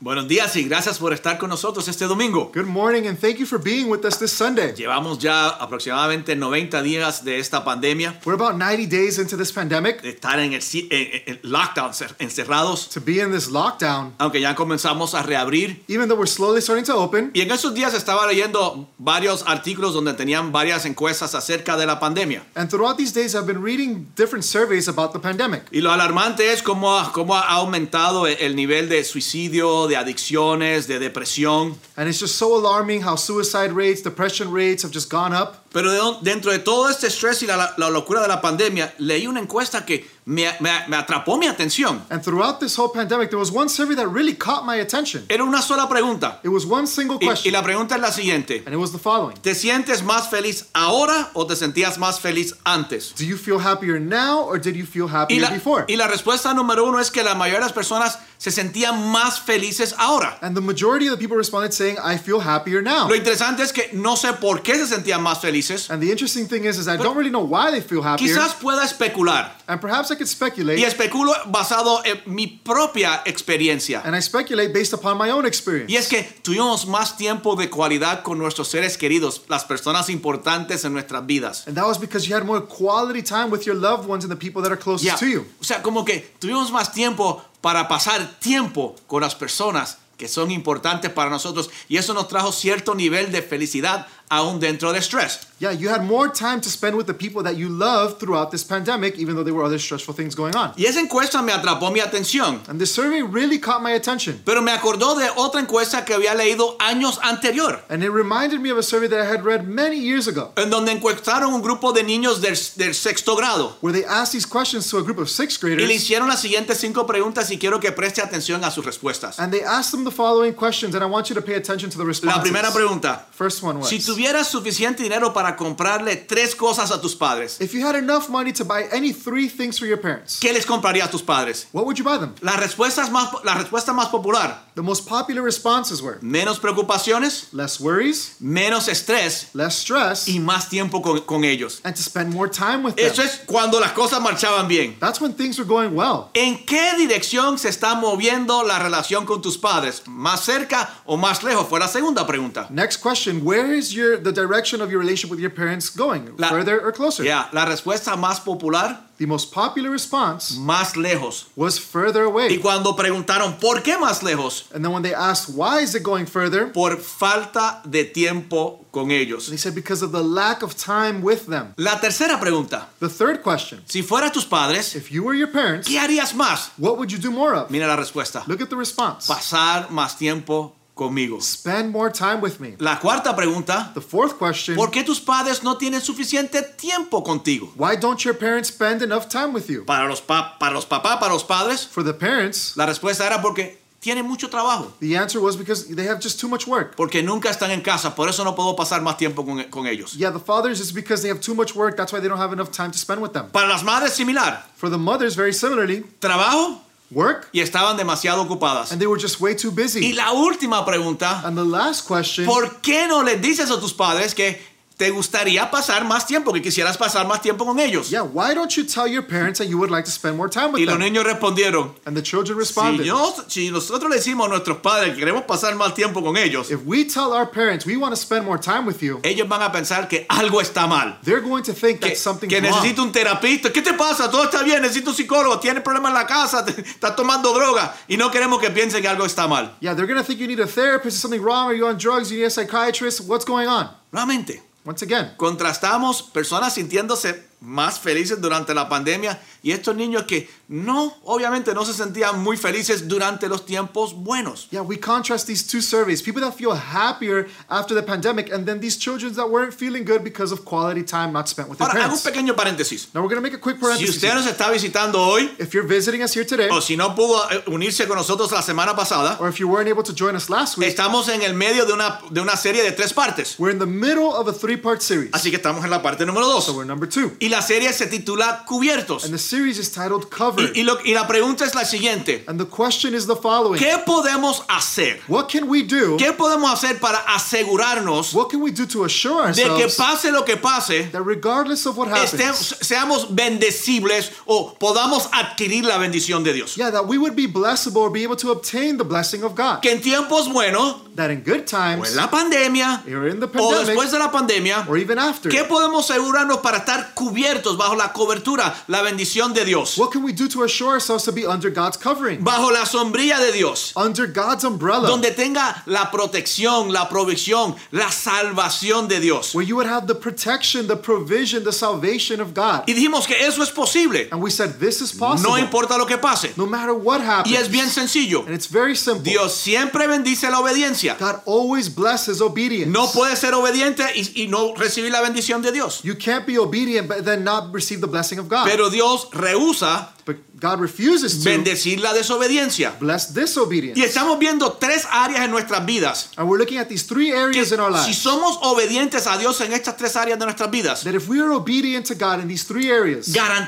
Buenos días y gracias por estar con nosotros este domingo. Good morning and thank you for being with us this Sunday. Llevamos ya aproximadamente 90 días de esta pandemia, We're about 90 days into this pandemic de estar en el, ci- en- en- en lockdown, cer- encerrados, to be in this lockdown. aunque ya comenzamos a reabrir. Even though we're slowly starting to open, Y en esos días estaba leyendo varios artículos donde tenían varias encuestas acerca de la pandemia. and throughout these days I've been reading different surveys about the pandemic. Y lo alarmante es cómo, ha- cómo ha aumentado e-, el- el nivel de suicidio, de adicciones, de depresión. And it's just so alarming how suicide rates, depression rates have just gone up. Pero de don- dentro de todo este estrés y la, la locura de la pandemia, leí una encuesta que me, me- me atrapó mi atención. And throughout this whole pandemic, there was one survey that really caught my attention. Era una sola pregunta. It was one single Y, y question, la pregunta es la siguiente. and it was the following ¿Te sientes más feliz ahora o te sentías más feliz antes? Do you feel happier now or did you feel Y happier la, before? y la respuesta número uno es que la mayoría de las personas se sentían más felices ahora. And the majority of the people responded saying, I feel happier now. Lo interesante es que no sé por qué se sentían más felices. And the interesting thing is, is I don't really know why they feel happier. Quizás pueda especular. And perhaps I could speculate. Y especulo basado en mi propia experiencia. And I speculate based upon my own experience. Y es que tuvimos más tiempo de cualidad con nuestros seres queridos, las personas importantes en nuestras vidas. And that was because you had more quality time with your loved ones and the people that are closest Ya. to you. O sea, como que tuvimos más tiempo para pasar tiempo con las personas que son importantes para nosotros y eso nos trajo cierto nivel de felicidad aún dentro de estrés. Yeah, you had more time to spend with the people that you love throughout this pandemic, even though there were other stressful things going on. Y esa encuesta me atrapó mi atención, And this survey really caught my attention. pero me acordó de otra encuesta que había leído años anterior, And it reminded me of a survey that I had read many years ago, en donde encuestaron un grupo de niños del, del sexto grado where they asked these questions to a group of sixth y le graders. hicieron las siguientes cinco preguntas y quiero que preste atención a sus respuestas. And they asked them the following questions, and I want you to pay attention to the La responses. primera pregunta. First one was Si tuvieras suficiente dinero para comprarle tres cosas a tus padres, If you had enough money to buy any three things for your parents, ¿qué les compraría a tus padres? what would you buy them? Las respuestas más, la respuesta más popular, The most popular responses were menos preocupaciones, less worries, menos estrés less stress, y más tiempo con, con ellos. and to spend more time with Eso them. es cuando las cosas marchaban bien. That's when things were going well. ¿En qué dirección se está moviendo la relación con tus padres? ¿Más cerca o más lejos? Fue la segunda pregunta. Next question, where is your the direction of your relationship with your parents going? La- Further or Ya, closer? la respuesta más popular, The most popular response más lejos. was further Y away. cuando preguntaron, ¿por qué más lejos? And then when they asked why is it going further, por falta de tiempo con ellos. they said because of the lack of time with them. La tercera pregunta, The third question, si fueras tus padres, if you were your parents, ¿qué harías más? what would you do more of? Mira la respuesta, Look at the response. pasar más tiempo conmigo. Spend more time with me. La cuarta pregunta, The fourth question, ¿por qué tus padres no tienen suficiente tiempo contigo? why don't your parents spend enough time with you? Para los, pa- para los papás, para los padres, For the parents, la respuesta era porque tienen mucho trabajo, the answer was because they have just too much work. porque nunca están en casa, por eso no puedo pasar más tiempo con, con ellos. Yeah, the fathers is because they have too much work. That's why they don't have enough time to spend with them. Para las madres, similar, For the mothers, very similarly, trabajo work, y estaban demasiado ocupadas. and they were just way too Y busy. la última pregunta, And the last question, ¿Por qué no les dices a tus padres que te gustaría pasar más tiempo, que quisieras pasar más tiempo con ellos? yeah, why don't you tell your parents that you would like to spend more time Y with los them? niños respondieron, And the children si, responded, yo- si nosotros le decimos a nuestros padres que queremos pasar más tiempo con ellos, if we tell our parents we want to spend more time with you, ellos van a pensar que algo está mal. they're going to think Que, that something's que wrong. necesito un terapista. ¿Qué te pasa? Todo está bien. Necesito un psicólogo. Tienes problemas en la casa. te- estás tomando droga. Y no queremos que piensen que algo está mal. Yeah, they're going to think you need a therapist, is something wrong, are you on drugs, you need a psychiatrist, what's going on? Nuevamente, Once again, contrastamos personas sintiéndose más felices durante la pandemia y estos niños que no, obviamente no se sentían muy felices durante los tiempos buenos. yeah, we contrast these two surveys people that feel happier after the pandemic, and then these children that weren't feeling good because of quality time not spent with their Ahora, hago un parents. pequeño paréntesis. Now, we're going to make a quick Si parenthesis. usted here. nos está visitando hoy If you're visiting us here today, o si no pudo eh, unirse con nosotros la semana pasada, or if you weren't able to join us last week, estamos en el medio de una, de una serie de tres partes. we're in the middle of a three part series. Así que estamos en la parte número dos. So we're number two. Y la serie se titula Cubiertos. And the series is titled Covered. word. Y, y lo- y la pregunta es la siguiente. And the question is the following ¿Qué podemos hacer? What can we do? ¿Qué podemos hacer para asegurarnos What can we do to assure de que ourselves pase lo que pase, that regardless of what happens, estemos- seamos bendecibles o podamos adquirir la bendición de Dios? yeah, that we would be blessable or be able to obtain the blessing of God? Que en tiempos buenos, That in good o en times, la pandemia, or in the o después pandemic, de la pandemia, or even after, ¿qué podemos asegurarnos para estar cubiertos bajo la cobertura, la bendición de Dios? what can we do to assure ourselves to be under God's covering, Bajo la sombrilla de Dios. under God's umbrella, Donde tenga la protección, la provisión, la salvación de Dios. where you would have the protection, the provision, the salvation of God? Y dijimos que eso es posible. And we said, this is No possible, importa lo que pase. no matter what Y es happens. bien sencillo. And it's very simple. Dios siempre bendice la obediencia. God always blesses obedience. No puede ser obediente y, y no recibir la bendición de Dios. You can't be obedient but then not receive the blessing of God. Pero Dios rehúsa but God refuses to bendecir la desobediencia. bless disobedience. Y estamos viendo tres áreas en nuestras vidas. And we're looking at these three Que areas in our si lives. somos obedientes a Dios en estas tres áreas de nuestras vidas, that if we are obedient to God in these three areas,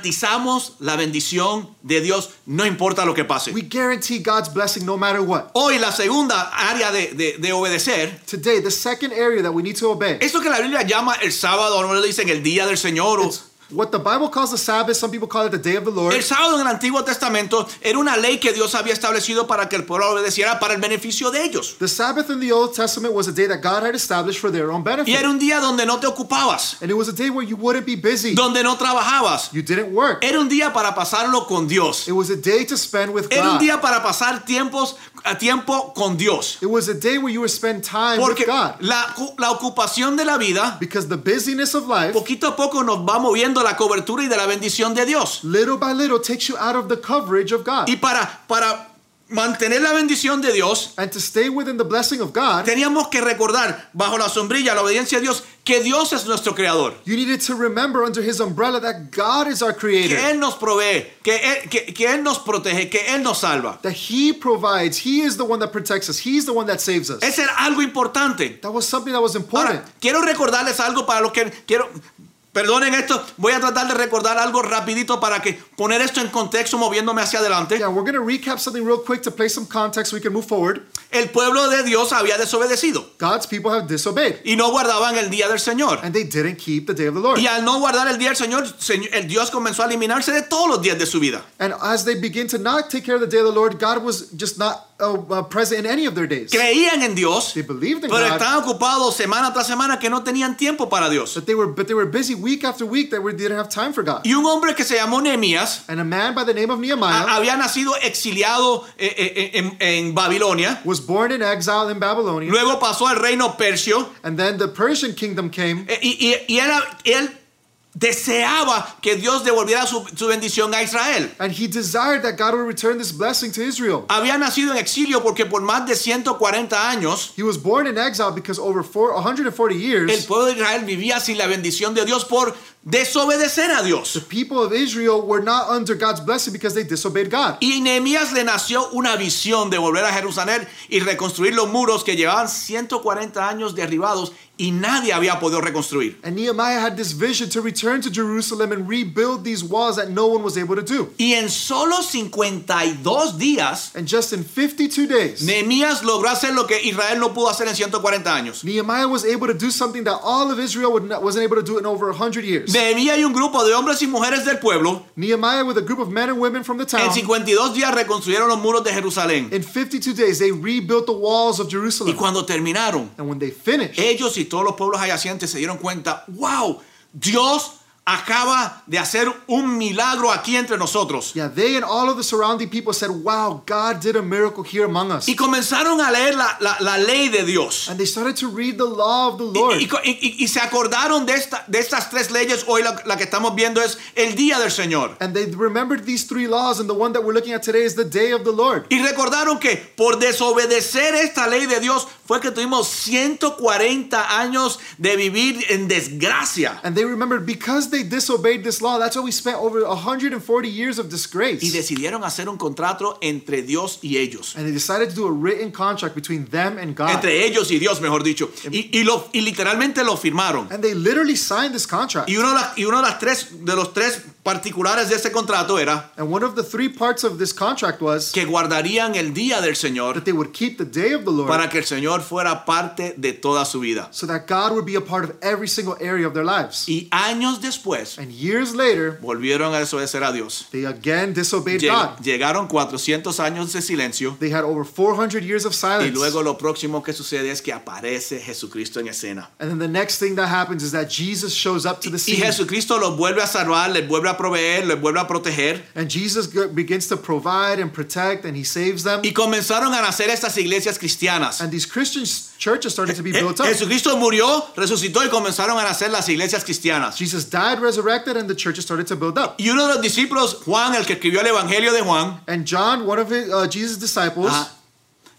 garantizamos la bendición de Dios, no importa lo que pase. we guarantee God's blessing no matter what. Hoy la segunda área de, de- de obedecer, Today, the second area that we need to obey. eso que la Biblia llama el sábado, no le dicen el día del Señor. o- It's what the Bible calls the Sabbath, some people call it the day of the Lord. El sábado en el Antiguo Testamento era una ley que Dios había establecido para que el pueblo obedeciera para el beneficio de ellos. The Sabbath in the Old Testament was a day that God had established for their own benefit. Y era un día donde no te ocupabas, and it was a day where you wouldn't be busy. donde no trabajabas. You didn't work. Era un día para pasarlo con Dios. It was a day to spend with Era un God. día para pasar tiempos a tiempo con Dios. It was a day where you would spend time Porque with God. la, la ocupación de la vida, Because the busyness of life, poquito a poco nos va moviendo la cobertura y de la bendición de Dios. little by little, takes you out of the coverage of God. Y para, para mantener la bendición de Dios, And to stay within the blessing of God, teníamos que recordar bajo la sombrilla, la obediencia a Dios, que Dios es nuestro creador, you needed to remember under His umbrella that God is our que creator, Él nos provee, que Él, que, que Él nos protege, que Él nos salva. that He provides, He is the one that protects us, He's the one that saves us. Ese era algo importante. That was something that was important. Ahora, quiero recordarles algo para los que quiero. Perdonen esto, voy a tratar de recordar algo rapidito para que poner esto en contexto moviéndome hacia adelante. Yeah, we're going to recap something real quick to play some context so we can move forward. El pueblo de Dios había desobedecido God's people have disobeyed, y no guardaban el día del Señor. and they didn't keep the day of the Lord. Y al no guardar el día del Señor, Señ- el Dios comenzó a eliminarse de todos los días de su vida. And as they begin to not take care of the day of the Lord, God was just not uh, uh, present in any of their days. Creían en Dios, They believed in pero God, estaban ocupados semana tras semana que no tenían tiempo para Dios. but they were but they were busy week after week that we didn't have time for God. Y un hombre que se llamó Nehemías And a man by the name of Nehemiah a- había nacido exiliado eh, eh, en, en Babilonia, was born in exile in Babylonia, luego pasó al reino persio and then the Persian kingdom came, eh, y, y- y era- él deseaba que Dios devolviera su- su bendición a Israel. and he desired that God would return this blessing to Israel. había nacido en exilio porque por más de 140 años He was born in exile because over four, 140 el years, pueblo de Israel vivía sin la bendición de Dios por desobedecer a the Dios. people of Israel were not under God's blessing because they disobeyed God. Y Nehemías le nació una visión de volver a Jerusalén y reconstruir los muros que llevaban 140 años derribados y nadie había podido reconstruir. And Nehemiah had this vision to return to Jerusalem and rebuild these walls that no one was able to do. Y en solo 52 días, And just in 52 days, Nehemías logró hacer lo que Israel no pudo hacer en 140 años. Nehemiah was able to do something that all of Israel would not, wasn't able to do in over 100 years. Nehemías y un grupo de hombres y mujeres del pueblo Nehemiah, with a group of men and women from the en town, 52 días reconstruyeron los muros de Jerusalén. in 52 days, they rebuilt the walls of Y Jerusalem. cuando terminaron, And when they finished, ellos y todos los pueblos adyacentes se dieron cuenta, wow, Dios acaba de hacer un milagro aquí entre nosotros. yeah, they and all of the surrounding people said, Wow, God did a miracle here among us. Y comenzaron a leer la, la- la ley de Dios. And they started to read the law of the Y, Lord. y- y- y se acordaron de, esta, de estas tres leyes. Hoy la, la que estamos viendo es el día del Señor. And they remembered these three laws, and the one that we're looking at today is the day of the Lord. Y recordaron que por desobedecer esta ley de Dios fue que tuvimos 140 años de vivir en desgracia. And they remembered because they disobeyed this law, that's why we spent over 140 years of disgrace. Y decidieron hacer un contrato entre Dios y ellos. And they decided to do a written contract between them and God. entre ellos y Dios, mejor dicho. Em- Y, y lo, y literalmente lo firmaron. And they literally signed this contract. Y uno de, las- y uno de las tres, de los tres particulares de ese contrato era And one of the three parts of this contract was que guardarían el día del Señor that they would keep the day of the Lord para que el Señor fuera parte de toda su vida. so that God would be a part of every single area of their lives. Y años después And years later, volvieron a desobedecer a Dios. they again disobeyed Lleg- God. Llegaron 400 años de silencio They had over 400 years of y silence. luego lo próximo que sucede es que aparece Jesucristo en escena. And then the next thing that happens is that Jesus shows up to the Y scene. Jesucristo los vuelve a salvar, les vuelve a proveer, les vuelve a proteger. And Jesus go- begins to provide and protect and he saves them. Y comenzaron a nacer estas iglesias cristianas. And these Christian s- churches started to be Je- built up. Eh, Jesucristo murió, resucitó y comenzaron a nacer las iglesias cristianas. Jesus died, resurrected, and the churches started to build up. Y uno de los discípulos, Juan, el que escribió el Evangelio de Juan, And John, one of his, uh, Jesus' disciples, ajá,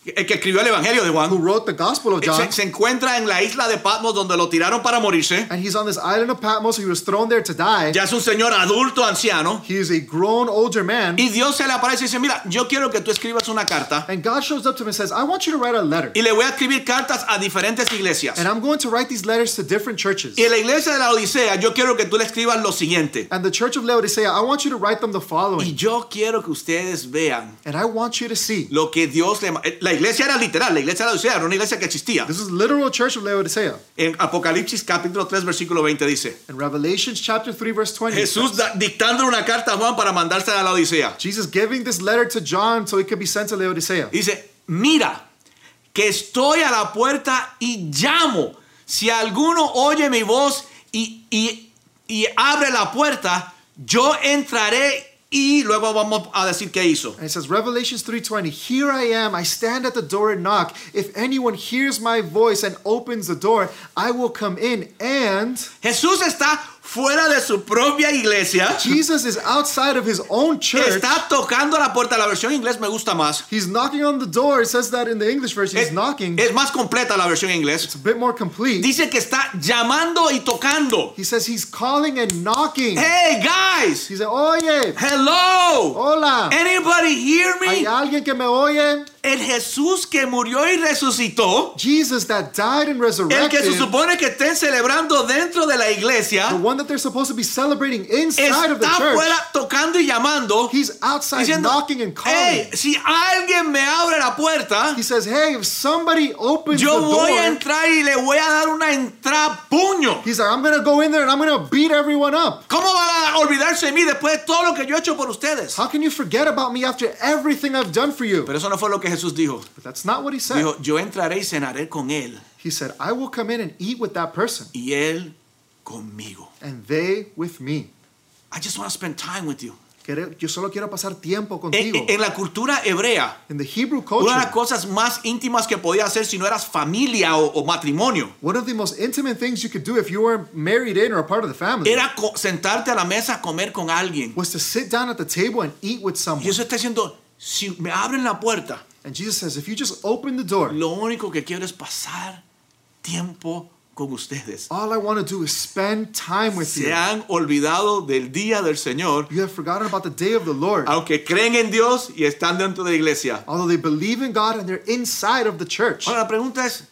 el que escribió el Evangelio de Juan, eh, who wrote the Gospel of John, se, se encuentra en la isla de Patmos donde lo tiraron para morirse. and he's on this island of Patmos. He was thrown there to die. Ya es un señor adulto, anciano. He is a grown older man. Y Dios se le aparece y dice, mira, yo quiero que tú escribas una carta. And God shows up to him and says, I want you to write a letter. Y le voy a escribir cartas a diferentes iglesias. And I'm going to write these letters to different churches. Y en la iglesia de la Odisea, yo quiero que tú le escribas lo siguiente. And the church of Laodicea, I want you to write them the Y following. yo quiero que ustedes vean And I want you to see. lo que Dios le... eh, La iglesia era literal, la iglesia de la Odisea era una iglesia que existía. This is literal church of Laodicea. En Apocalipsis capítulo 3, versículo 20 dice, In Revelations chapter 3, verse 20. Jesús da- dictando una carta a Juan para mandársela a la Odisea. Jesus giving this letter to John so it could be sent to Laodicea. Dice, mira, que estoy a la puerta y llamo. Si alguno oye mi voz y, y- y abre la puerta, yo entraré y luego vamos a decir qué hizo. And it says Revelations 3:20, "Here I am, I stand at the door and knock. If anyone hears my voice and opens the door, I will come in." And Jesús está fuera de su propia iglesia. Jesus is outside of his own church. Está tocando la puerta. La versión en inglés me gusta más. He's knocking on the door. It says that in the English version. He's Es, knocking. es más completa la versión en inglés. It's a bit more complete. Dice que está llamando y tocando. He says he's calling and knocking. Hey guys, He said, "Oye, hello. hola. Anybody hear me? ¿Hay alguien que me oye?" El Jesús que murió y resucitó, Jesus that died and el que resurrected. se supone que estén celebrando dentro de la The iglesia, one that they're supposed to be celebrating inside of the está church. fuera tocando y llamando, He's outside diciendo, knocking and calling. hey, si alguien me abre la puerta, He says, hey, if somebody opens yo the voy a door, entrar y le voy a dar una entrada puño. he's like, I'm going to go in there and I'm going to beat everyone up. ¿Cómo van a olvidarse de mí después de todo lo que yo he hecho por ustedes? How can you forget about me after everything I've done for you? Pero eso no fue lo que Jesús dijo. But that's not what he said. Dijo, yo entraré y cenaré con él He said, I will come in and eat with that person y él conmigo. and they with me. I just want to spend time with you. Quiero- Yo solo quiero pasar tiempo En- contigo. en- en la cultura hebrea, In the Hebrew Eh, Una de las culture, cosas más íntimas que podía hacer si no eras familia o, o matrimonio one of the most intimate things you could do if you were married in or a part of the family era co- sentarte a la mesa a comer con alguien. was to sit down at the table and eat with Y someone. eso está diciendo, si me abren la puerta, And Jesus says, if you just open the door, lo único que quiero es pasar tiempo con ustedes. all I want to do is spend time with Se you. han olvidado del día del Señor, You have forgotten about the day of the Lord. aunque creen en Dios y están dentro de la iglesia. Although they believe in God and they're inside of the church. Ahora la pregunta es,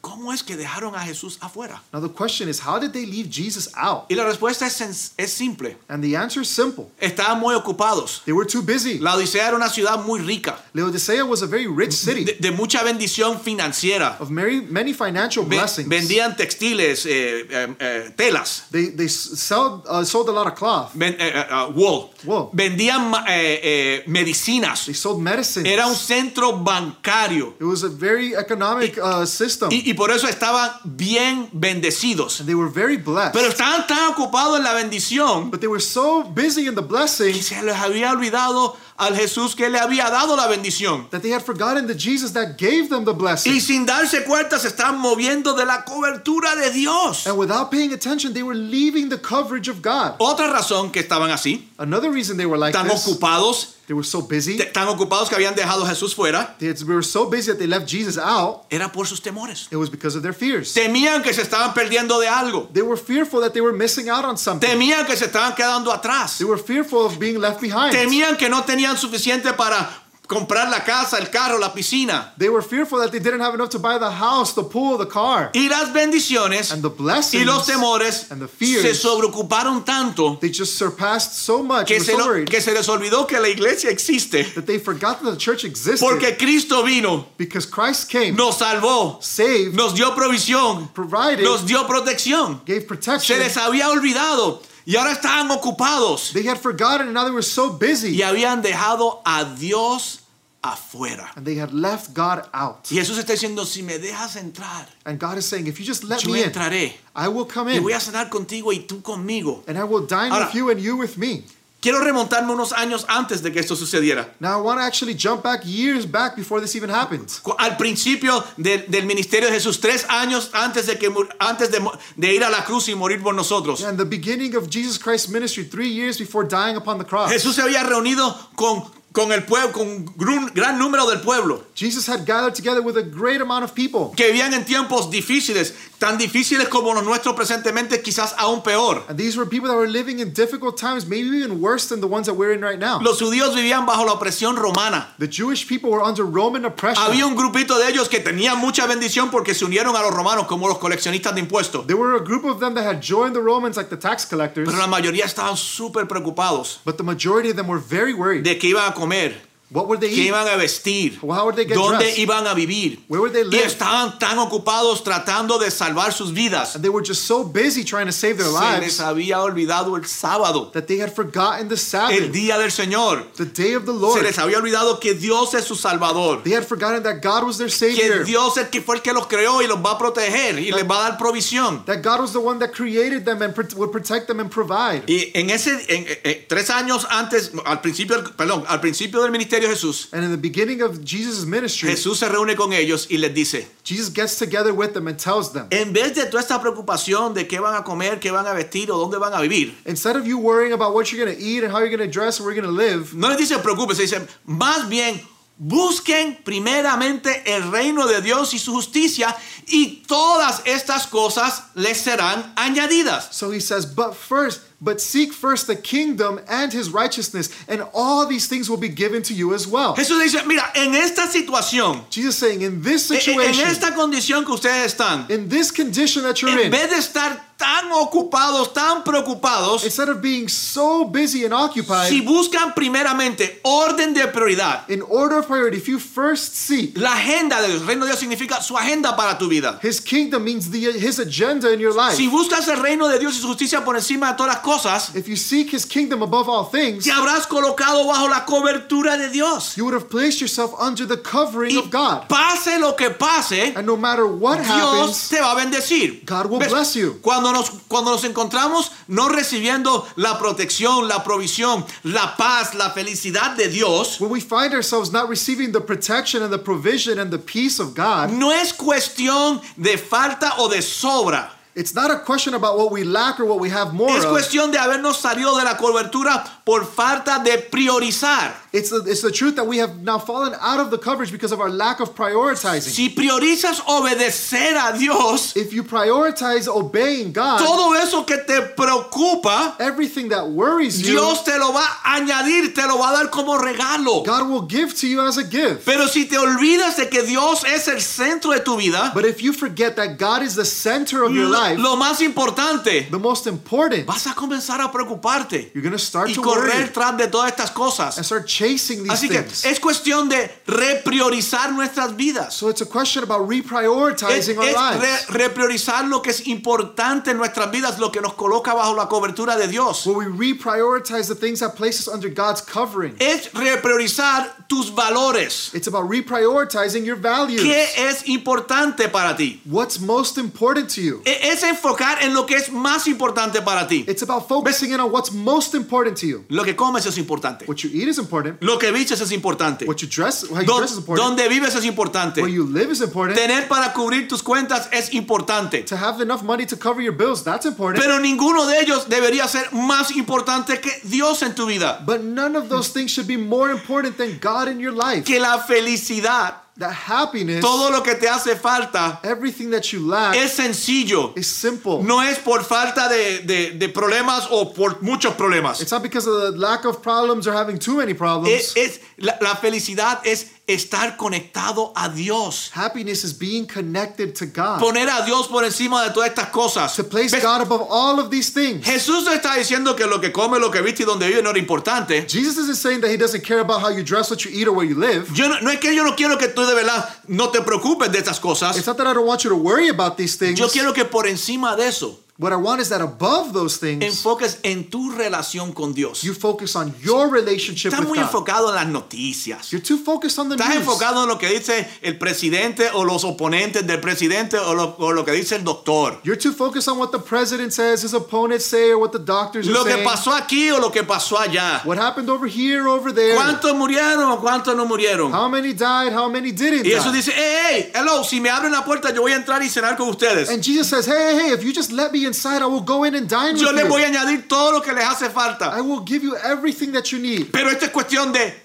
¿cómo es que dejaron a Jesús afuera? Now the question is, how did they leave Jesus out? Y la respuesta es, sen- es simple. And the answer is simple. Estaban muy ocupados. They were too busy. La Odisea era una ciudad muy rica. Laodicea was a very rich de, city de mucha bendición financiera. of many, many financial Ve- blessings. vendían textiles, eh, eh, eh, telas, They, they s- sell, uh, sold a lot of cloth. ven- eh, eh, ah, wool. Wool. Vendían ma- eh, eh, medicinas. They sold medicines. Era un centro bancario. It was a very economic uh, system. Y, y por eso estaban bien bendecidos. And they were very blessed. Pero estaban tan ocupados en la bendición But they were so busy in the que blessings se les había olvidado al Jesús que le había dado la bendición. that they had forgotten the Jesus that gave them the Y blessing. sin darse cuenta se están moviendo de la cobertura de Dios. And without paying attention, they were leaving the coverage of God. Otra razón que estaban así, Another reason they were like tan this, ocupados they were so busy. te- tan ocupados que habían dejado a Jesús fuera, They had- we were so busy that they left Jesus out. era por sus temores. It was because of their fears. Temían que se estaban perdiendo de algo. They were fearful that they were missing out on something. Temían que se estaban quedando atrás. They were fearful of being left behind. Temían que no tenían suficiente para comprar la casa, el carro, la piscina. They were fearful that they didn't have enough to buy the house, the pool, the car. Y las bendiciones And the blessings, y los temores and the fears. se sobreocuparon tanto they just surpassed so much que and se, were so lo- worried que se les olvidó que la iglesia existe. that they forgot that the church existed Porque Cristo vino, because Christ came, nos salvó, saved, nos dio provisión, provided, nos dio protección. gave Se protection. les había olvidado y ahora estaban ocupados They had forgotten and now they were so busy y habían dejado a Dios afuera. and they had left God out. Y Jesús está diciendo, si me dejas entrar, And God is saying, if you just let yo me in, entraré I will come y in voy a cenar contigo y tú conmigo. and I will dine Ahora- with you and you with me. Quiero remontarme unos años antes de que esto sucediera. Now I want to actually jump back years back before this even happened. Cu- Al principio del, del ministerio de Jesús, tres años antes, de, que, mur- antes de, mo- de ir a la cruz y morir por nosotros. And the beginning of Jesus Christ's ministry, three years before dying upon the cross, Jesús se había reunido con, con el pueblo, con un grun- gran número del pueblo, Jesus had gathered together with a great amount of people. que vivían en tiempos difíciles, tan difíciles como los nuestros presentemente, quizás aún peor. And these were people that were living in difficult times, maybe even worse than the ones that we're in right now. Los judíos vivían bajo la opresión romana. The Jewish people were under Roman oppression. Había un grupito de ellos que tenían mucha bendición porque se unieron a los romanos como los coleccionistas de impuestos. There were a group of them that had joined the Romans, like the tax collectors, Pero la mayoría estaban súper preocupados but the majority of them were very worried. de qué iban a comer, What would they qué eat? iban a vestir, Well, how would they get dónde dressed? iban a vivir. Where would they Y live? estaban tan ocupados tratando de salvar sus vidas. And they were just so busy trying to save their Se les lives había olvidado el sábado. that they had forgotten the el Sabbath, día del Señor. the day of the Se Lord. les había olvidado que Dios es su Salvador. They had forgotten that God was their Que Savior, Dios es el que fue el que los creó y los va a proteger y les va a dar provisión. that God was the one that created them and pro- would protect them and provide. Y en ese, en- eh, eh, tres años antes, al principio, del- perdón, al principio del ministerio de Jesús, And in the beginning of Jesus' ministry, Jesús se reúne con ellos y les dice, Jesus gets together with them and tells them, en vez de toda esta preocupación de qué van a comer, qué van a vestir o dónde van a vivir, instead of you worrying about what you're going to eat and how you're going to dress and where you're going to live, no les dice preocúpense, dice, más bien busquen primeramente el reino de Dios y su justicia y todas estas cosas les serán añadidas. so he says, but first, but seek first the kingdom and his righteousness, and all these things will be given to you as well. Jesús dice, mira, en esta situación, Jesus saying, in this e- e- en situation, esta condición que ustedes están, in this condition that you're en in, vez de estar tan ocupados, tan preocupados, instead of being so busy and occupied, si buscan primeramente orden de prioridad, in order of priority, if you first seek la agenda del reino de Dios significa su agenda para tu vida. His kingdom means the His agenda in your life. Si buscas el reino de Dios y su justicia por encima de todas las cosas, If you seek His kingdom above all things, te habrás colocado bajo la cobertura de Dios. you would have placed yourself under the covering Y of God. pase lo que pase, And no matter what Dios happens, te va a bendecir. God will ¿Ves? bless you. Cuando nos, cuando nos encontramos no recibiendo la protección, la provisión, la paz, la felicidad de Dios, when we find ourselves not receiving the protection and the provision and the peace of God, no es cuestión de falta o de sobra. it's not a question about what we lack or what we have more Es of. cuestión de habernos salido de la cobertura por falta de priorizar. It's the, it's the truth that we have now fallen out of the coverage because of our lack of prioritizing. Si priorizas obedecer a Dios, If you prioritize obeying God, todo eso que te preocupa, everything that worries you, Dios te lo va a añadir, te lo va a dar como regalo. God will give to you as a gift. Pero si te olvidas de que Dios es el centro de tu vida, But if you forget that God is the center of your lo, life, lo más importante, the most important, vas a comenzar a preocuparte you're going to start y to worry correr tras de todas estas cosas. and start chasing these Así que things. es cuestión de repriorizar nuestras vidas. So it's a question about Es, reprioritizing our es lives. re- repriorizar lo que es importante en nuestras vidas, lo que nos coloca bajo la cobertura de Dios. Where we reprioritize the things that place us under God's covering. Es repriorizar tus valores. It's about reprioritizing your ¿Qué values. es importante para ti? What's most important to you? E- Es enfocar en lo que es más importante para ti. It's about focusing in on what's most important to you. Lo que comes es importante. What you eat is important. Lo que vistes es importante. What you dress, how you Don- dress is important. Donde vives es importante. Where you live is important. Tener para cubrir tus cuentas es importante. To have enough money to cover your bills, that's important. Pero ninguno de ellos debería ser más importante que Dios en tu vida. But none of those things should be more important than God in your life. Que la felicidad, That happiness, Todo lo que te hace falta everything that you lack, es sencillo. is simple. No es por falta de, de- de problemas o por muchos problemas. It's not because of the lack of problems or having too many problems. Es, E-, es- la, la felicidad es estar conectado a Dios. Happiness is being connected to God. Poner a Dios por encima de todas estas cosas. Ah. to place ¿Ves? God above all of these things. Jesús no está diciendo que lo que come, lo que viste y donde vive no era importante. Jesus isn't saying that he doesn't care about how you dress, what you eat, or where you live. Yo no, no es que yo no quiero que tú de verdad no te preocupes de estas It's cosas. not that I don't want you to worry about these things. Yo quiero que por encima de eso What I want is that above those things, enfoques en tu relación con Dios. you focus on your relationship Estás with muy God. enfocado en las noticias. You're too focused on the Estás news. enfocado en lo que dice el presidente o los oponentes del presidente o lo, o lo que dice el doctor. You're too focused on what the president says, his opponents say, or what the doctors Lo are que saying. pasó aquí o lo que pasó allá. What happened over here, over there. ¿Cuántos murieron o cuántos no murieron? How many died, how many didn't Y eso die. dice, hey, hey, hello, si me abren la puerta yo voy a entrar y cenar con ustedes. And Jesus says, hey, hey, if you just let me inside, I will go in and dine Yo with les you. voy a añadir todo lo que les hace falta. I will give you everything that you need. Pero esto es cuestión de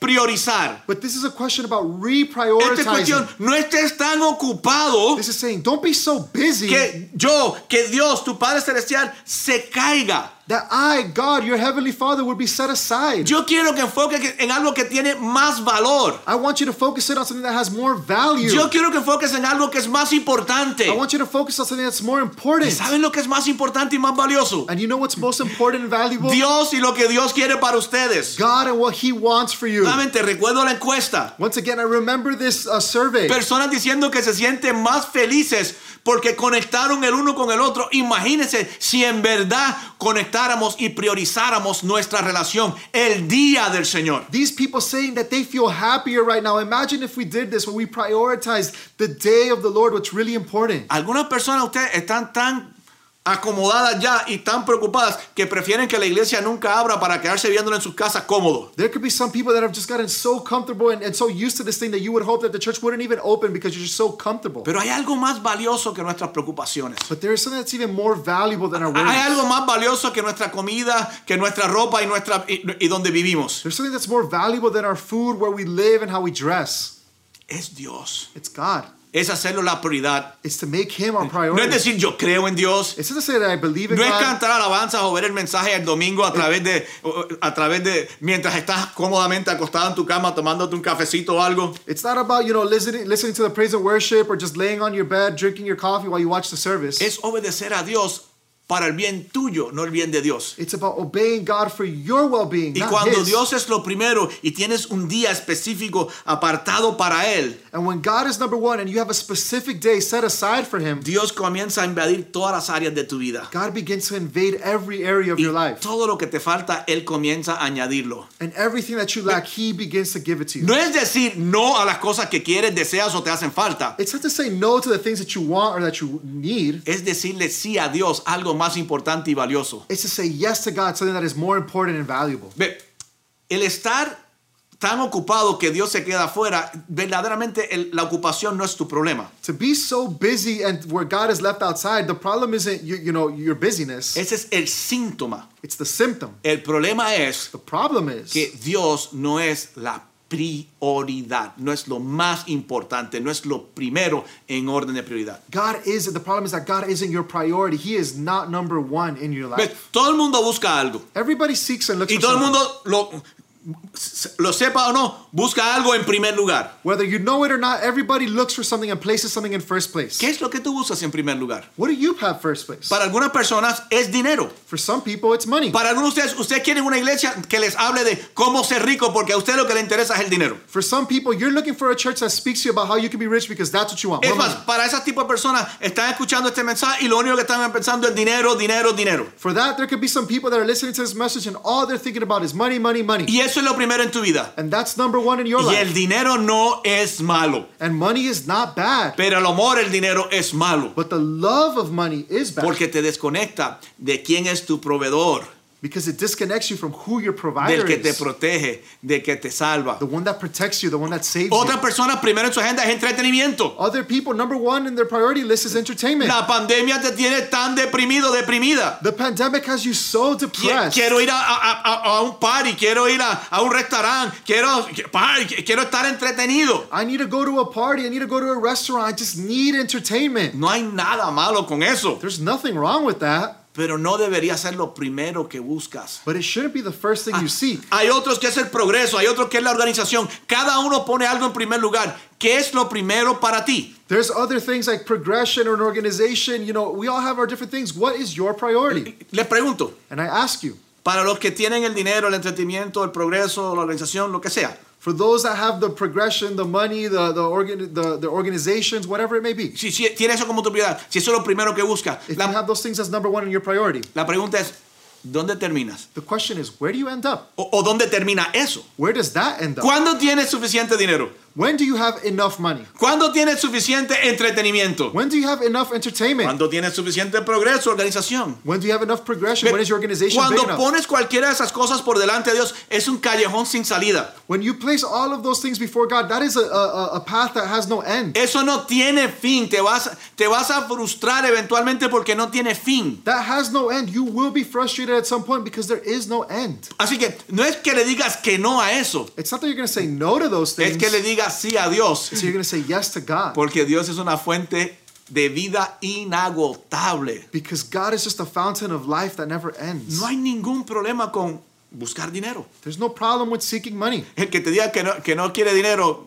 repriorizar. But this is a question about Esta es cuestión, reprioritizing. no estés tan ocupado This is saying, don't be so busy que yo, que Dios, tu Padre Celestial, se caiga. that I, God, your heavenly Father, would be set aside. Yo quiero que enfoques en algo que tiene más valor. I want you to focus in on something that has more value. Yo quiero que enfoques en algo que es más importante. I want you to focus on something that's more ¿Y important. ¿Saben lo que es más importante y más valioso? And you know what's most important and valuable? Dios y lo que Dios quiere para ustedes. God and what He wants for you. Nuevamente, recuerdo la encuesta. Once again, I remember this uh, survey. Personas diciendo que se sienten más felices porque conectaron el uno con el otro. Imagínense si en verdad conectáramos y priorizáramos nuestra relación el día del Señor. These people saying that they feel happier right now. Imagine if we did this when we prioritized the day of the Lord, what's really important. Algunas personas ustedes están tan acomodadas ya y tan preocupadas que prefieren que la iglesia nunca abra para quedarse viéndolo en sus casas cómodo. There could be some people that have just gotten so comfortable and, and so used to this thing that you would hope that the church wouldn't even open because you're just so comfortable. Pero hay algo más valioso que nuestras preocupaciones. But there is something that's even more valuable than our Hay worries. algo más valioso que nuestra comida, que nuestra ropa y, nuestra, y, y donde vivimos. There's something that's more valuable than our food, where we live, and how we dress. Es Dios. It's God. Es hacerlo la prioridad. It's to make Him our No es priority. decir yo creo en Dios. It's not to say that I believe in No es God. cantar alabanzas o ver el mensaje el domingo a través de, a través de, mientras estás cómodamente acostado en tu cama tomándote un cafecito o algo. It's not about you know listening listening to the praise and worship or just laying on your bed drinking your coffee while you watch the service. es obedecer a Dios para el bien tuyo, no el bien de Dios. It's about obeying God for your well-being, Y not cuando His. Dios es lo primero y tienes un día específico apartado para Él, and when God is number one, and you have a specific day set aside for Him, Dios comienza a invadir todas las áreas de tu vida. God begins to invade every area of Y your life. todo lo que te falta, Él comienza a añadirlo. And everything that you lack, He begins to give it to you. No es decir no a las cosas que quieres, deseas o te hacen falta. It's not to say no to the things that you want or that you need. Es decirle sí a Dios, algo más importante y valioso. It's to say yes to God, something that is more important and valuable. Ve, el estar tan ocupado que Dios se queda afuera, verdaderamente el- la ocupación no es tu problema. To be so busy and where God is left outside, the problem isn't you, you know your busyness. Ese es el síntoma. It's the symptom. El problema es The problem is que Dios no es la prioridad, no es lo más importante, no es lo primero en orden de prioridad. God is the problem is that God isn't your priority. He is not number one in your Ve, life. Todo el mundo busca algo Everybody seeks and looks y for todo el something. mundo lo, lo sepa o no, busca algo en primer lugar. Whether you know it or not, everybody looks for something and places something in first place. ¿Qué es lo que tú buscas en primer lugar? What do you have first place? Para algunas personas es dinero. for some people, it's money. Para algunos de ustedes, ustedes quieren una iglesia que les hable de cómo ser rico porque a usted lo que le interesa es el dinero. for some people, you're looking for a church that speaks to you about how you can be rich because that's what you want. Es more más, money. para ese tipo de personas están escuchando este mensaje y lo único que están pensando es dinero, dinero, dinero. For that, there could be some people that are listening to this message and all they're thinking about is money, money, money. Y eso es lo primero en tu vida. And that's number one in your Y life. el dinero no es malo, And money is not bad, pero el amor, el dinero es malo, but the love of money is bad porque te desconecta de quién es tu proveedor. because it disconnects you from who your provider del que te is. protege, del que te salva. The one that protects you, the one that saves Otra you. persona primero en su agenda es entretenimiento. Other people, number one in their priority list is entertainment. La pandemia te tiene tan deprimido, deprimida. The pandemic has you so Qui- depressed. Quiero ir a, a- a- a un party, quiero ir a, a un restaurante, quiero, party, quiero estar entretenido. I need to go to a party. I need to go to a restaurant. I just need entertainment. No hay nada malo con eso, There's nothing wrong with that, pero no debería ser lo primero que buscas. but it shouldn't be the first thing Ah. you seek. Hay otros que es el progreso, hay otros que es la organización. Cada uno pone algo en primer lugar. ¿Qué es lo primero para ti? There's other things like progression or an organization. You know, we all have our different things. What is your priority? Les pregunto, And I ask you, para los que tienen el dinero, el entretenimiento, el progreso, la organización, lo que sea, for those that have the progression, the money, the the organ, the, the organizations, whatever it may be, si, si tiene eso como tu prioridad, si eso es lo primero que buscas, if you la, have those things as number one in your priority, la pregunta es, ¿dónde terminas? the question is, where do you end up? ¿O- o dónde termina eso? Where does that end up? ¿Cuándo tienes suficiente dinero? When do you have enough money? ¿Cuándo tienes suficiente entretenimiento? When do you have enough entertainment? ¿Cuándo tienes suficiente progreso, organización? When do you have enough progression? When is your organization big Cuando enough? pones cualquiera de esas cosas por delante de Dios, es un callejón sin salida. When you place all of those things before God, that is a, a, a- a path that has no end. Eso no tiene fin. Te vas, te vas a frustrar eventualmente porque no tiene fin. That has no end. You will be frustrated at some point because there is no end. Así que no es que le digas que no a eso. It's not that you're going to say no to those Es things. que le digas sí a Dios. So you're going to say yes to God Porque Dios es una fuente de vida inagotable. because God is just a fountain of life that never ends. No hay ningún problema con buscar dinero. There's no problem with seeking money. El que te diga que no, que no quiere dinero,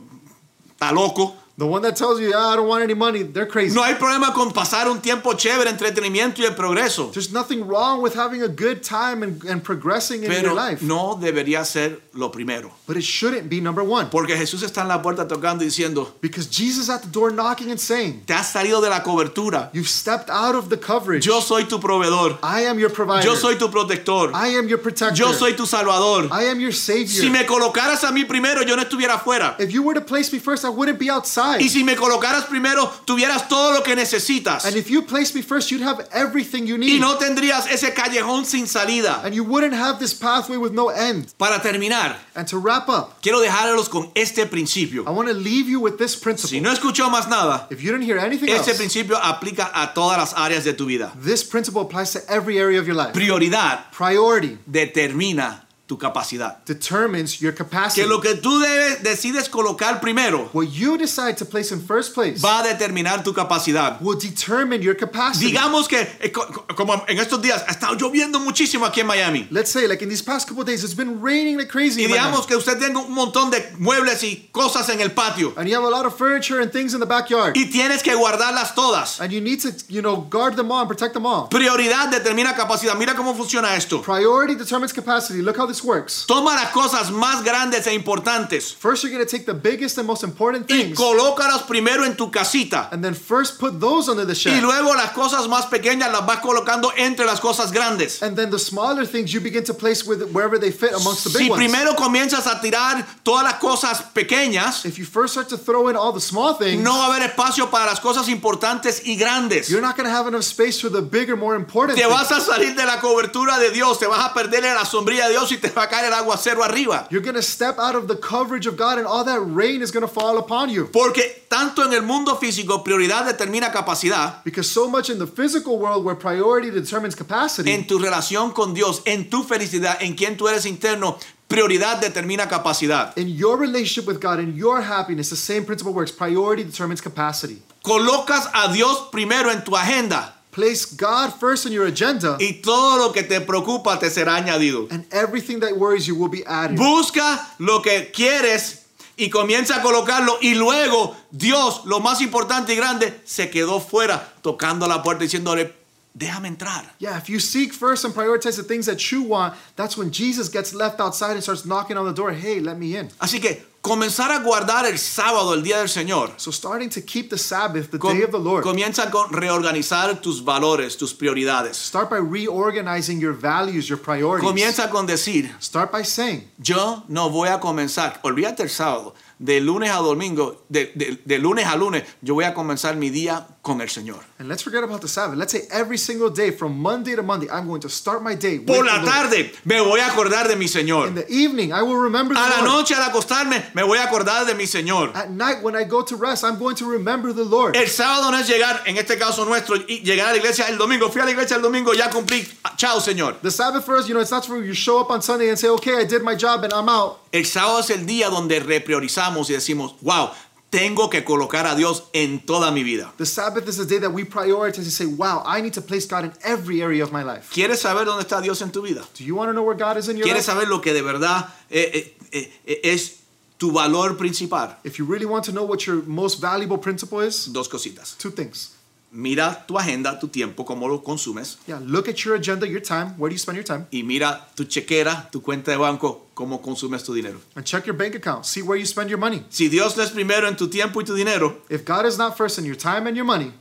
está loco. The one that tells you, ah, I don't want any money, they're crazy. No hay problema con pasar un tiempo chévere, entretenimiento y el progreso. There's nothing wrong with having a good time and, and progressing in your Pero life. no debería ser lo primero. But it shouldn't be number one. Porque Jesús está en la puerta tocando y diciendo, Because Jesus is at the door knocking and saying, te has salido de la cobertura. You've stepped out of the coverage. Yo soy tu proveedor. I am your provider. Yo soy tu protector. I am your protector. Yo soy tu salvador. I am your savior. Si me colocaras a mí primero, yo no estuviera afuera. if you were to place me first, I wouldn't be outside. Y si me colocaras primero, tuvieras todo lo que necesitas. and if you placed me first, you'd have everything you Y need. no tendrías ese callejón sin salida. and you wouldn't have this pathway with no end. Para terminar, And to wrap up, quiero dejarlos con este principio. I want to leave you with this principle. Si no escuchó más nada, if you didn't hear anything Este else, principio aplica a todas las áreas de tu vida. this principle applies to every area of your life. Prioridad Priority determina tu capacidad. determines your capacity. Que lo que tú debes, decides colocar primero what you decide to place in first place va a determinar tu capacidad. will determine your capacity. Digamos que, eh, co- co- como en estos días, ha estado lloviendo muchísimo aquí en Miami. Let's say, like in these past couple days, it's been raining like crazy. Y in Miami. digamos que usted tenga un montón de muebles y cosas en el patio. and you have a lot of furniture and things in the backyard. Y tienes que guardarlas todas. and you need to, you know, guard them all and protect them all. Prioridad determina capacidad. Mira cómo funciona esto. Priority determines capacity. Look how this works. Toma las cosas más grandes e importantes First, you're going to take the biggest and most important y things, colócalas primero en tu casita. and then first put those under the Y shed. luego las cosas más pequeñas las vas colocando entre las cosas grandes. and then the smaller things you begin to place with wherever they fit amongst the big Si ones. primero comienzas a tirar todas las cosas pequeñas, if you first start to throw in all the small things, no va a haber espacio para las cosas importantes y grandes. you're not going to have enough space for the bigger, more important Te things. vas a salir de la cobertura de Dios, te vas a perder en la sombría de Dios y te va a caer el aguacero arriba. You're going to step out of the coverage of God, and all that rain is going to fall upon you. Porque tanto en el mundo físico prioridad determina capacidad, Because so much in the physical world where priority determines capacity, en tu relación con Dios, en tu felicidad, en quien tú eres interno, prioridad determina capacidad. in your relationship with God, in your happiness, the same principle works. Priority determines capacity. Colocas a Dios primero en tu agenda. Place God first on your agenda, y todo lo que te preocupa te será añadido. and everything that worries you will be added. Busca lo que quieres y comienza a colocarlo y luego Dios, lo más importante y grande, se quedó fuera tocando la puerta diciéndole, déjame entrar. Yeah, if you seek first and prioritize the things that you want, that's when Jesus gets left outside and starts knocking on the door. Hey, let me in. Así que comenzar a guardar el sábado, el día del Señor. So, starting to keep the Sabbath, the Com- day of the Lord, comienza con reorganizar tus valores, tus prioridades. start by reorganizing your values, your priorities. Comienza con decir, Start by saying, yo no voy a comenzar, olvídate el sábado, de lunes a domingo, de, de- de lunes a lunes, yo voy a comenzar mi día con el Señor. And let's forget about the Sabbath. Let's say every single day, from Monday to Monday, I'm going to start my day. with Por the la Lord. tarde me voy a acordar de mi In Señor. the evening, I will remember the A la Lord. noche al acostarme me voy a acordar de mi Señor. At night, when I go to rest, I'm going to remember the Lord. El sábado no es llegar, en este caso nuestro, y llegar a la iglesia el domingo. Fui a la iglesia el domingo, ya cumplí. Ah, Chao, Señor. the Sabbath first, you know, it's not where you show up on Sunday and say, okay, I did my job and I'm out. El sábado es el día donde repriorizamos y decimos, wow, tengo que colocar a Dios en toda mi vida. The Sabbath is a day that we prioritize and say, wow, I need to place God in every area of my life. ¿Quieres saber dónde está Dios en tu vida? Do you want to know where God is in your ¿Quieres life? saber lo que de verdad eh, eh, eh, es tu valor principal? If you really want to know what your most valuable principle is, Dos cositas. two things. Mira tu agenda, tu tiempo, cómo lo consumes. Yeah, look at your agenda, your time. Where do you spend your time? Y mira tu chequera, tu cuenta de banco, cómo consumes tu dinero. And check your bank account. See where you spend your money. Si Dios no es primero en tu tiempo y tu dinero, If God is not first in your time and your money,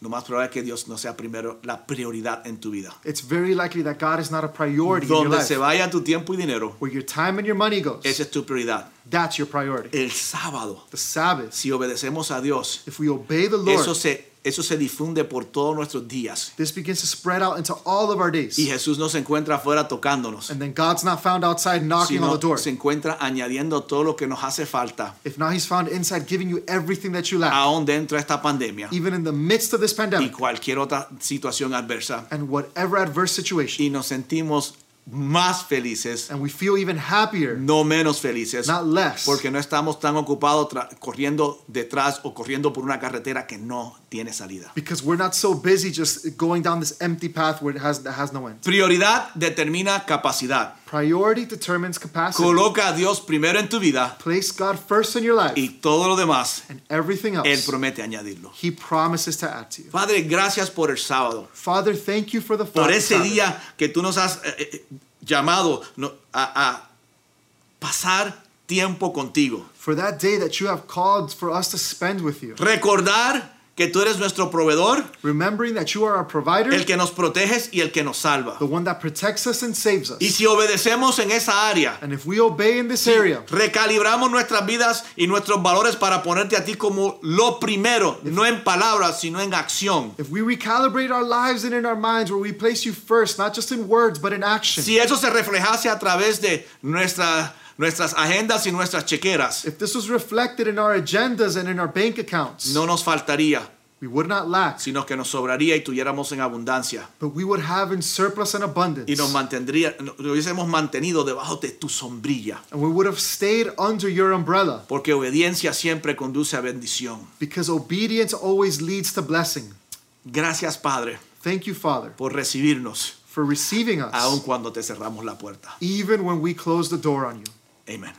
lo más probable es que Dios no sea primero la prioridad en tu vida. it's very likely that God is not a priority in your Donde life. se vaya tu tiempo y dinero, Where your time and your money goes, esa es tu prioridad. that's your priority. El sábado, The Sabbath, si obedecemos a Dios, if we obey the Lord, eso se, eso se difunde por todos nuestros días. this begins to spread out into all of our days. Y Jesús nos encuentra afuera tocándonos. And then God's not found outside knocking on sino the door. se encuentra añadiendo todo lo que nos hace falta If not, He's found inside giving you everything that you lack, aún dentro de esta pandemia even in the midst of this y pandemic cualquier otra situación adversa. and whatever adverse situation. Y nos sentimos más felices, And we feel even happier, no menos felices, not less, porque no estamos tan ocupados tra- corriendo detrás o corriendo por una carretera que no tiene salida. because we're not so busy just going down this empty path where it has, that has no end. Prioridad determina capacidad. Priority determines capacity. Coloca a Dios primero en tu vida Place God first in your life y todo lo demás, and everything Él else. promete añadirlo. He promises to add to you. Padre, gracias por el sábado. Father, thank you for the por Father ese Sabbath. día que tú nos has eh, eh, llamado no, a, a pasar tiempo contigo. for that day that you have called for us to spend with you. Recordar que tú eres nuestro proveedor, Remembering that you are our provider, el que nos proteges y el que nos salva. the one that protects us and saves us. Y si obedecemos en esa área, and if we obey in this area, recalibramos nuestras vidas y nuestros valores para ponerte a ti como lo primero, no en palabras, sino en acción. if we recalibrate our lives and in our minds where we place you first, not just in words but in action, Si eso se reflejase a través de nuestra- nuestras agendas y nuestras chequeras, if this was reflected in our agendas and in our bank accounts, no nos faltaría, we would not lack, sino que nos sobraría y tuviéramos en abundancia. but we would have in surplus and abundance. y nos mantendría, nos hubiésemos mantenido debajo de tu sombrilla, and we would have stayed under your umbrella porque obediencia siempre conduce a bendición. because obedience always leads to blessing. Gracias, Padre, Thank you, Father, por recibirnos, for receiving us, aun cuando te cerramos la puerta. even when we close the door on you. Amén.